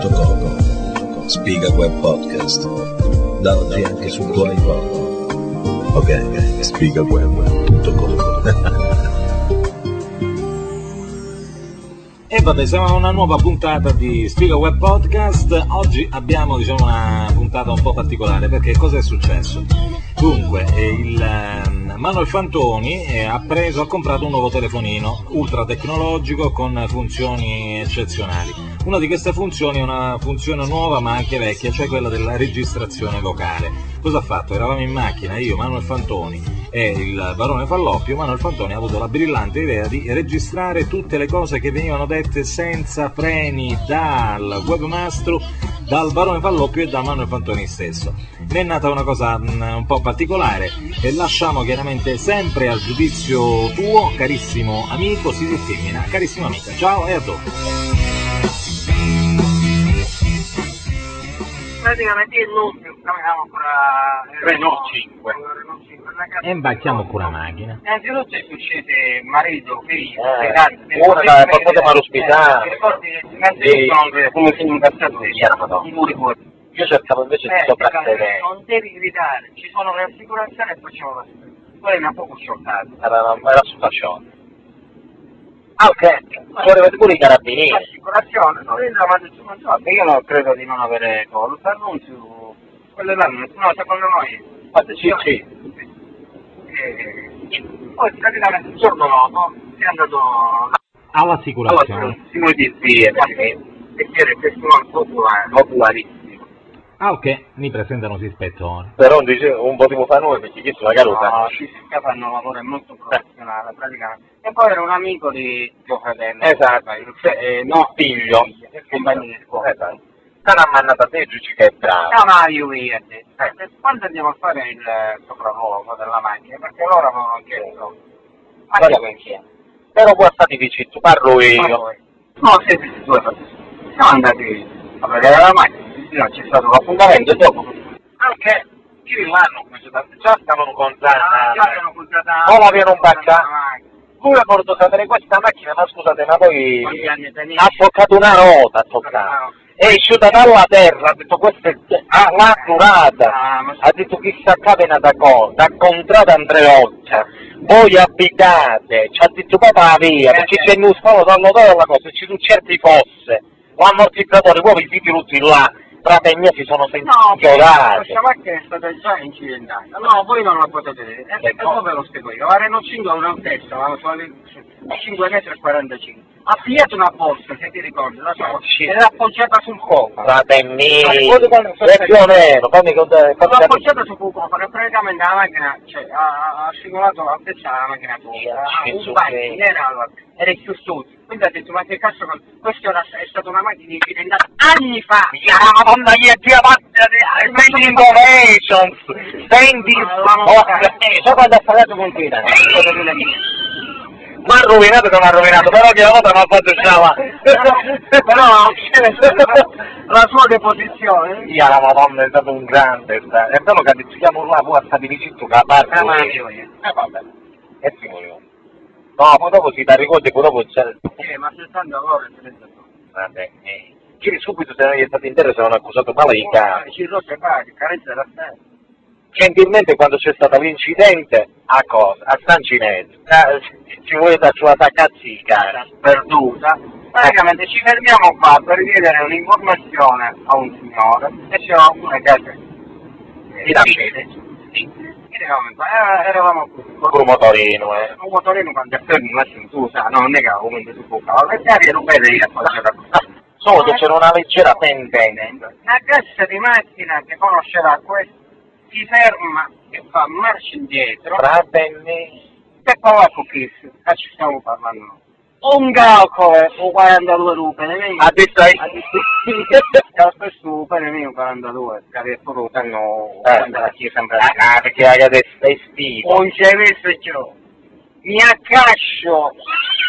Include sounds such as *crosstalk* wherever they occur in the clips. spigaweb.com Spigaweb Podcast Download anche sul tuo iPod Ok, *laughs* spigaweb.com E vabbè, siamo a una nuova puntata di Spiga Web Podcast. Oggi abbiamo diciamo, una puntata un po' particolare perché cosa è successo? Dunque, eh, il ehm, Manuel Fantoni eh, ha preso, ha comprato un nuovo telefonino ultra tecnologico con funzioni eccezionali. Una di queste funzioni è una funzione nuova ma anche vecchia, cioè quella della registrazione vocale. Cosa ha fatto? Eravamo in macchina, io, Manuel Fantoni e il barone Falloppio, Manuel Fantoni ha avuto la brillante idea di registrare tutte le cose che venivano dette senza freni dal webmastro, dal barone Falloppio e da Manuel Fantoni stesso. Ne è nata una cosa mh, un po' particolare e lasciamo chiaramente sempre al giudizio tuo, carissimo amico, si femmina, carissima amica. Ciao e a dopo. praticamente il nostro cambiamo fra Beh, no, cinque. Renault 5 la casa- Eh, E imbacchiamo pure la macchina. innanzitutto è succede marito figlio Eh, ragazzi ora è qualcosa mi ha ospitato. mi ricordi innanzitutto non Sì, come se in un cazzetto di chiara, madonna. i muri fuori Io cercavo invece di Eh, soprassedere. non devi gridare ci sono le assicurazioni e facciamo la poi mi ha poco scioccato Era, era sul faccione. Ah, ok. Correvate pure i carabinieri. l'assicurazione non è la maggior io non credo di non avere colpa annunzio quello là non- no secondo noi Fate Ah, sì, sì. Eh, poi praticamente il giorno dopo è andato All'assicurazione. Signori di zia, perché era testimone popolare popolarissimo. Ah ok, mi presentano si spettone. Però un, dice- un po' tipo fa noi perché chiesto la carota. No, ci si fa un lavoro molto professionale praticamente e poi era un amico di tuo fratello Esatto, Cioè, eh, no, figlio, compagno di scuola Esatto. Sarà mannata te, giudici che è bravo. No, ma io vi eh, Eh. quando andiamo a fare il eh, sopralluogo della macchina, perché loro avevano chiesto, ma Guarda- chi è chi è? Però qua stati vicini, tu parlo io. Oh, No, siete due persone. Siamo andati a vedere la macchina, c'è stato l'appuntamento Appuntamento e dopo. dopo. Anche ieri l'hanno questo tanto, già stavano con Ah, Zanna. puntata... Ora eh. viene un bacca. Lui ha voluto sapere questa macchina, ma scusate, ma poi Quanti anni tenevi? ha toccato una nota, ha toccato. È uscita dalla terra, ha detto questa è ah, l'ha durata. Ah, ma- Ha detto chissà capena da cosa, ha contrato Andreotta. Voi abitate, ci ha detto papà via, Eh, perché eh. c'è un spavolo dal motore alla cosa, ci sono certi fosse. L'ammortizzatore, voi vi siete tutti là, frate mia si sono sentiti No, perché giocati. questa macchina è stata già incidentata. No, voi non la potete vedere. E Eh, no. dopo ve lo spiego io. La Renault 5 ha una testa, la sua 5 metri e 45. Ha pigliato una borsa, se ti ricordi, la sua Sì. Ah, e l'ha appoggiata sul cofano. Frate mia, Ma ricordo quando sono è più o meno, fammi contare, L'ho fammi capire. appoggiata sul cofano e praticamente la macchina, cioè, ha, ha scivolato la testa della macchina Io sopra. Ha ci Un so bagno, che- non era alla- era più su. Quindi ha detto, ma che cazzo, questa è, una- è stata una macchina incidentata anni fa. Ya, Madonna, gli è più avanti, eh, senti innovations, senti, oh, so quando ha parlato con te, mi ha rovinato che mi ha rovinato, però che la nota mi ha fatto usciava. *laughs* però la sua deposizione Ia, la madonna, è stato un grande, sta- è bello che ti chiamo là, poi a sta di vicino che a parte. Ah, ma io, io. Eh, vabbè, e si muoio. No, poi dopo si dà ricordo, poi dopo c'è... eh, ma 60 all'ora è 32. Vabbè, eh. Giri subito se non gli è stato intero se non accusato male di cane. ci rotte pari carezza da te Gentilmente quando c'è stato l'incidente, a cosa? A San Ginezio. Ah, ci- ci vuole da sua cazzica. perduta praticamente ci fermiamo qua per chiedere un'informazione a un signore e c'era una casa eh, Di là. Sì. Che eravamo qua eh, eravamo Con un motorino, eh. un motorino quando è fermo un attimo tu sa no non è che comunque tu puoi fare perché non vedi la faccia Solo che c'era una leggera pendenza. La cassa di macchina che conoscerà questo si ferma e fa marcia indietro Fratelli. e poi va su Kiss, qua ci stiamo parlando. noi. Un eh, calcolo su 42 rupere, vedi? A destra e- A destra. Calcolo su per mio 42, che è proprio tanto la chiesa sempre la Ah, perché la casa è stiva. Non c'è messo ciò. Mi accascio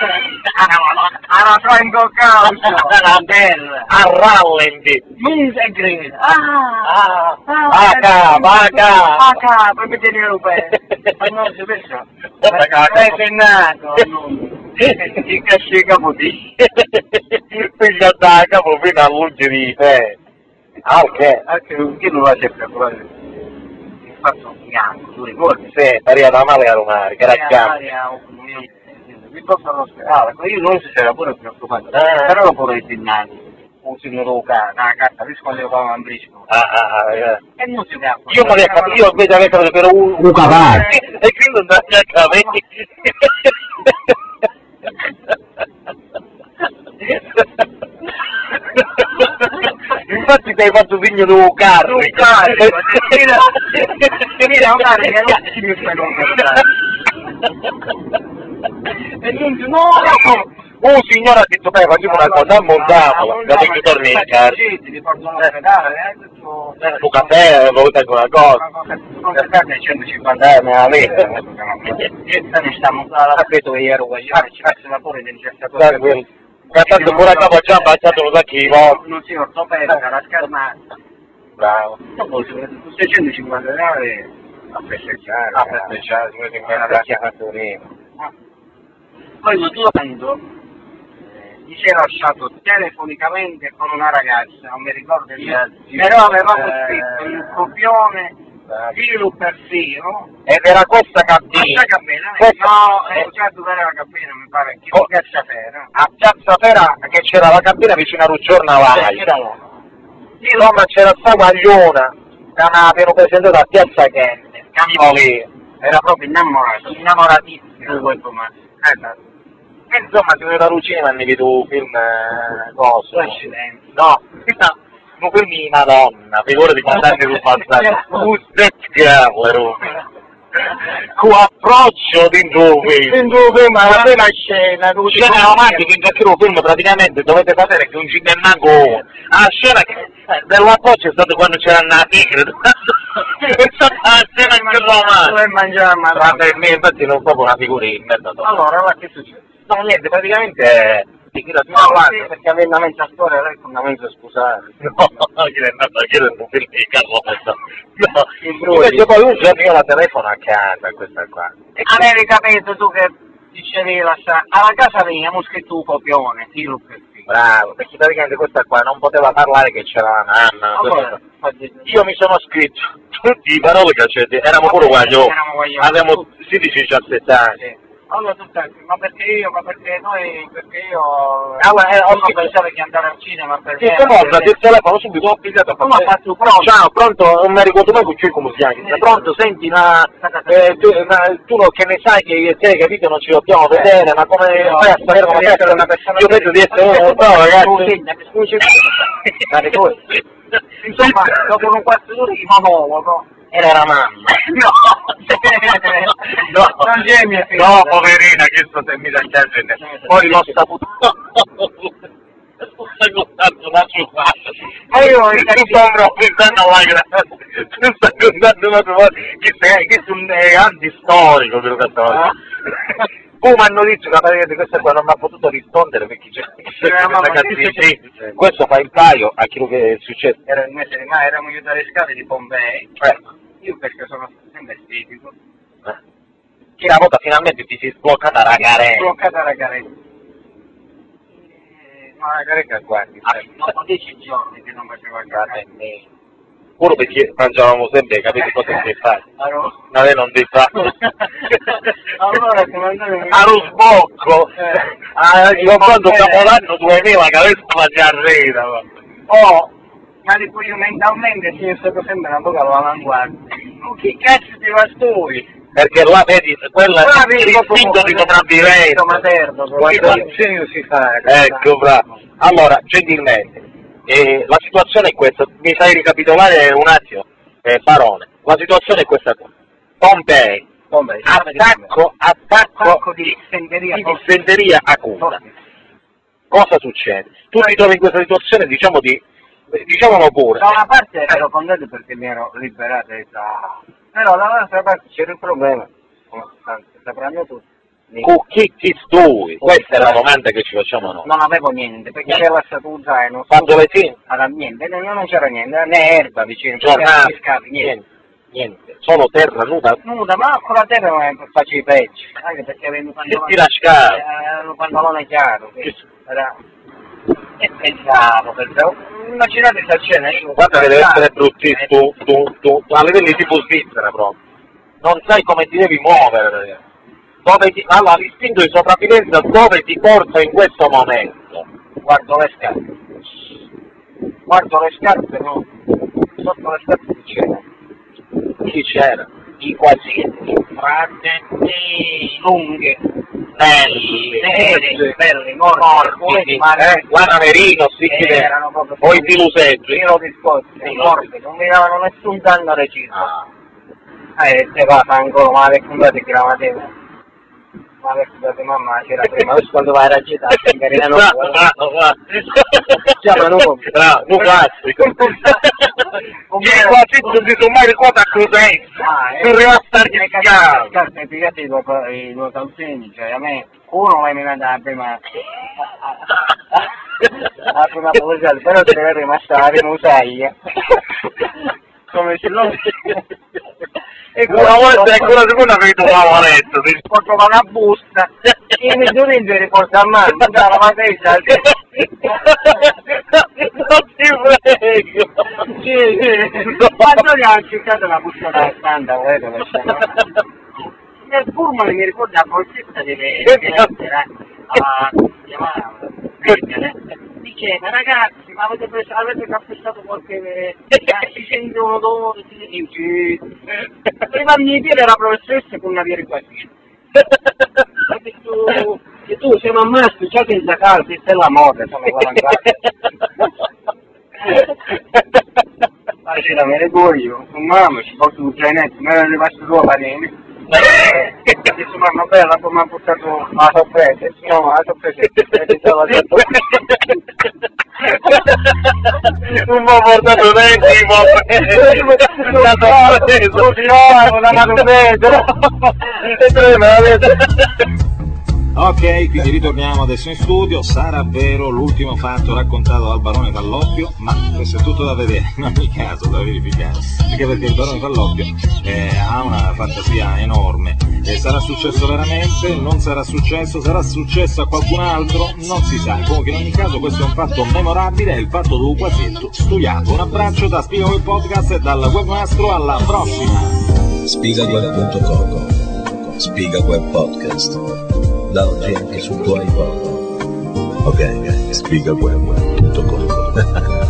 alla Franco Calcio, alla terra. A rallenti. *laughs* Non si crede. Ah! Ah, vaca, vaca. Vaca, per mettere il rupere. Ma non si pensa. Vaca, vaca. Sei nato, non... Ti cacci i capoti. Figlio da capo, fino a lungi di te. Ah, ok. Anche perché non la c'è più, quello è fatto un bianco, tu ricordi? Sì, pari ad Amalia Romari, che era bianco. Aria, mi porto all'ospedale, ma io non si era pure preoccupato, Eh. però lo pure insegnare, un signor Luca, una carta, lui scoglieva un ambrisco. Ah, ah, ah, eh. E non si preoccupa. Io non le capito, io invece avevo detto per un... Un cavale. E quindi non ne ho capito. Infatti ti hai fatto figlio di un carro. Un *laughs* carro, mira, mira, un carro, che non si mi fa E non si, no, no! Oh signora ha detto beh facciamo una cosa, ammontiamo, da che torni in carro. Sì, ti riporto all'ospedale, eh, tutto- Su caffè avevo detto una cosa. Non sapete 150 euro la vetta, ne stiamo a sapete che ero guagliare, ci facciamo pure del Dai, gestatore. quello. Ma tanto pure a capo già baciato lo sa chi no. Non si ortopedica, la schermata. Bravo. Dopo 650 euro a festeggiare. Ah, festeggiare, come ti fai una vecchia fattorina. Ah. Poi lo tornando eh, mi si è lasciato telefonicamente con una ragazza, non mi ricordo il Sì, però avevamo eh, scritto in un copione filo per filo Ed era questa Sì. cattiva. La cabina? Questa- No, eh, è già durare la cabina, mi pare, che Oh. oh. piaccia fera. a Piazza Fera che c'era la cabina vicino a Ruggornavai. C'era uno. Sì, no, ma c'era sta guagliona che mi avevano presentato a Piazza Kent. Camino lì. Era proprio innamorato, innamoratissimo di quel comando. Eh, E insomma, si venuto a Ruggina e mi vedo un film eh, coso. accidenti. No, questa un film di Madonna, figura di guardarmi sul passato. Un spettacolo. Con approccio di film. ma la prima scena, tu C'è una romantica in cattivo film praticamente dovete sapere che un cinemago la scena Ah, che- dell'approccio è stato quando c'era una tigre *laughs* è stata la scena più romantica Dove mangiare la madonna. Vabbè, me infatti non proprio una figura in merda no Allora, ma che succede? niente praticamente eh, ti tira fino No, avanti sì, perché avendo una mezza storia, lei con una mezza scusare. *laughs* No, no, io non chiedo un film di Carlotta. In No, brogli. invece poi un giorno io la telefono a casa, questa qua. E avevi capito tu che dicevi lasciare, alla casa mia, mo scritto un copione, filo per filo. Bravo, perché praticamente questa qua non poteva parlare che c'era la nanna. questa Allora, cosa. fa dire- Io mi sono scritto *laughs* tutti i parole cacete, eravamo pure oh. guaglioni, Eravamo guaglioni. avevamo 16-17 anni. Sì. Allora tu sai, ma perché io, ma perché noi, perché io... Ah, ma, eh, ho non scritto- pensavo che andare al cinema per Sì, se mostra il telefono subito ho pigliato a Eh, Tu l'ha fatto pronto. Ciao, pronto, non mi ricordo mai con chi- come si chiama. Sì. Pronto, senti, ma, eh, tu, ma tu lo che ne sai che te, capito, non ci dobbiamo vedere, ma come No, fai a sapere come devi essere una persona? Io penso di essere uno, bravo *laughs* ragazzi. Scusi, Ma di voi? Insomma, dopo un quarto d'ora di monologo... Era la mamma. *laughs* *laughs* No, non c'è mia figlia. No, poverina, che sto se mi dà piacere. Poi l'ho saputo. Ma io ho Tu stai pensando alla *laughs* grande, tu stai pensando una cosa, che sei, che sei un eh, antistorico quello che Ah. Poi mi hanno detto che praticamente questa qua non mi ha potuto rispondere perché c'è Eh, ma- questa ma che cattiveria. succede? Questo fa il paio a chi lo che è successo. Era il mese di maio, eravamo io dalle scale di Pompei. Eh, Io perché sono sempre estetico. Che la volta finalmente ti si è sbloccata eh. la carena. Bloccata la caretta. Eh, Ma la caretta guardi, Ah. sai, dopo dieci giorni che non faceva il Vabbè, me. Pure perché mangiavamo sempre, capite cosa si fa? Allora, Ma lei non ti *laughs* fa. allora comandante mi- a lo sbocco Eh. ah, io quando Eh. capodanno 2000 che adesso ma già rida Oh, ma dico io mentalmente sì, è stato sempre una poca all'avanguardia. Ma che cazzo ti va tu? perché là vedi quella Là è vedi il proprio sindaco di come- sopravvivenza materno, proprio. Guarda- Che cazzo si fa? ecco bravo allora gentilmente eh, la situazione è questa mi fai ricapitolare un attimo eh, Barone la situazione è questa qua Pompei Vabbè, attacco attacco attacco di senderia. di dissenteria acuta cosa succede? Tu ti trovi in questa situazione, diciamo di diciamolo pure. Da una parte ero contento perché mi ero liberato e ho detto, "Ah". però dall'altra parte c'era il problema, come tanti sapranno tutti, di- Con chi ti stui? Questa è la domanda che ci facciamo noi. non avevo niente, perché avevo lasciato un zaino Ma dove sei? alla niente, non, non c'era niente, eh, né erba vicino, non c'era Giornale. pescato, niente. Cioè, Niente, niente. Solo terra nuda. Nuda, ma con la terra non facevo i pecci, anche perché avevo un Che pantalone, ti lasciare. eh, un pantalone chiaro, quindi Che- era... E pensavo, pensavo, immaginate questa scena, io... Guarda che deve essere Eh, bruttissimo, tu, tu, tu, a livelli tipo Svizzera proprio. Non sai come ti devi muovere, ragazzi. Dove ti, allora, l'istinto di sopravvivenza dove ti porta in questo momento? Guardo le scarpe. Guardo le scarpe, no. Sotto le scarpe chi c'era? Chi c'era? I quasetti, fratelli, lunghe, Belli, nere, sì. belli, morbidi, Morbidi, eh, guarda Merino, sì, Eh, sì, sì. erano proprio Poi ti luseggi. giro di scosse, Sì. morbidi, non mi davano nessun danno a regista. Ah. Eh, te va ancora, ma adesso andate che la mattina. Ma adesso andate mamma, c'era prima, adesso quando vai a raggetare, si incarinano Bravo, bravo, bravo. Chiamano come? Bravo, un classico. Come Che era? qua ci sono di sommare qua da Crudenza. Non arriva a stargli in schiavo. chiaro. Hai piegato i tuoi co- i tuoi calzini, cioè a me, uno l'hai mandato *laughs* prima... La prima cosa, però se è rimasta la rimusaglia. Come se non... E Una volta e con la seconda vedo la valetta. Poi trova una busta e mi giurisce riporta a mano, mi dà la *laughs* matessa. Non ti prego. Sì, sì. Quando gli hanno cercato la busta da standa, vedo che Nel furmone mi ricorda la polizia di lettera a chiamare diceva ragazzi eh. ma avete preso avete cappestato qualche eh, si sente un odore si dice prima di dire la professoressa con una via di quattro Ma che tu, che tu sei un maschio, già che da casa, sei la moda, sono guardato. Ma ce la me ne vuoi io, con mamma ci porto un zainetto, me ne rimasto due panini. Adesso mamma bella come ha portato la sorpresa, no, la sorpresa, perché già l'ha detto. pues. Un po' portato l'ultimo. Un po', un po', una maledetta. E tre me l'avete. Ok, quindi ritorniamo adesso in studio. Sarà vero l'ultimo fatto raccontato dal barone Calloppio, ma questo è tutto da vedere, in ogni caso da verificare, anche perché il barone Calloppio eh, ha una fantasia enorme. Eh, sarà successo veramente? Non sarà successo? Sarà successo a qualcun altro? Non si sa. Comunque in ogni caso questo è un fatto memorabile, è il fatto di un quasetto studiato. Un abbraccio da Spiga Web Podcast e dal webmastro alla prossima! Spigaweb.com Spiga Web Podcast Da *laughs* oggi anche sul tuo iPod Ok, spigaweb.com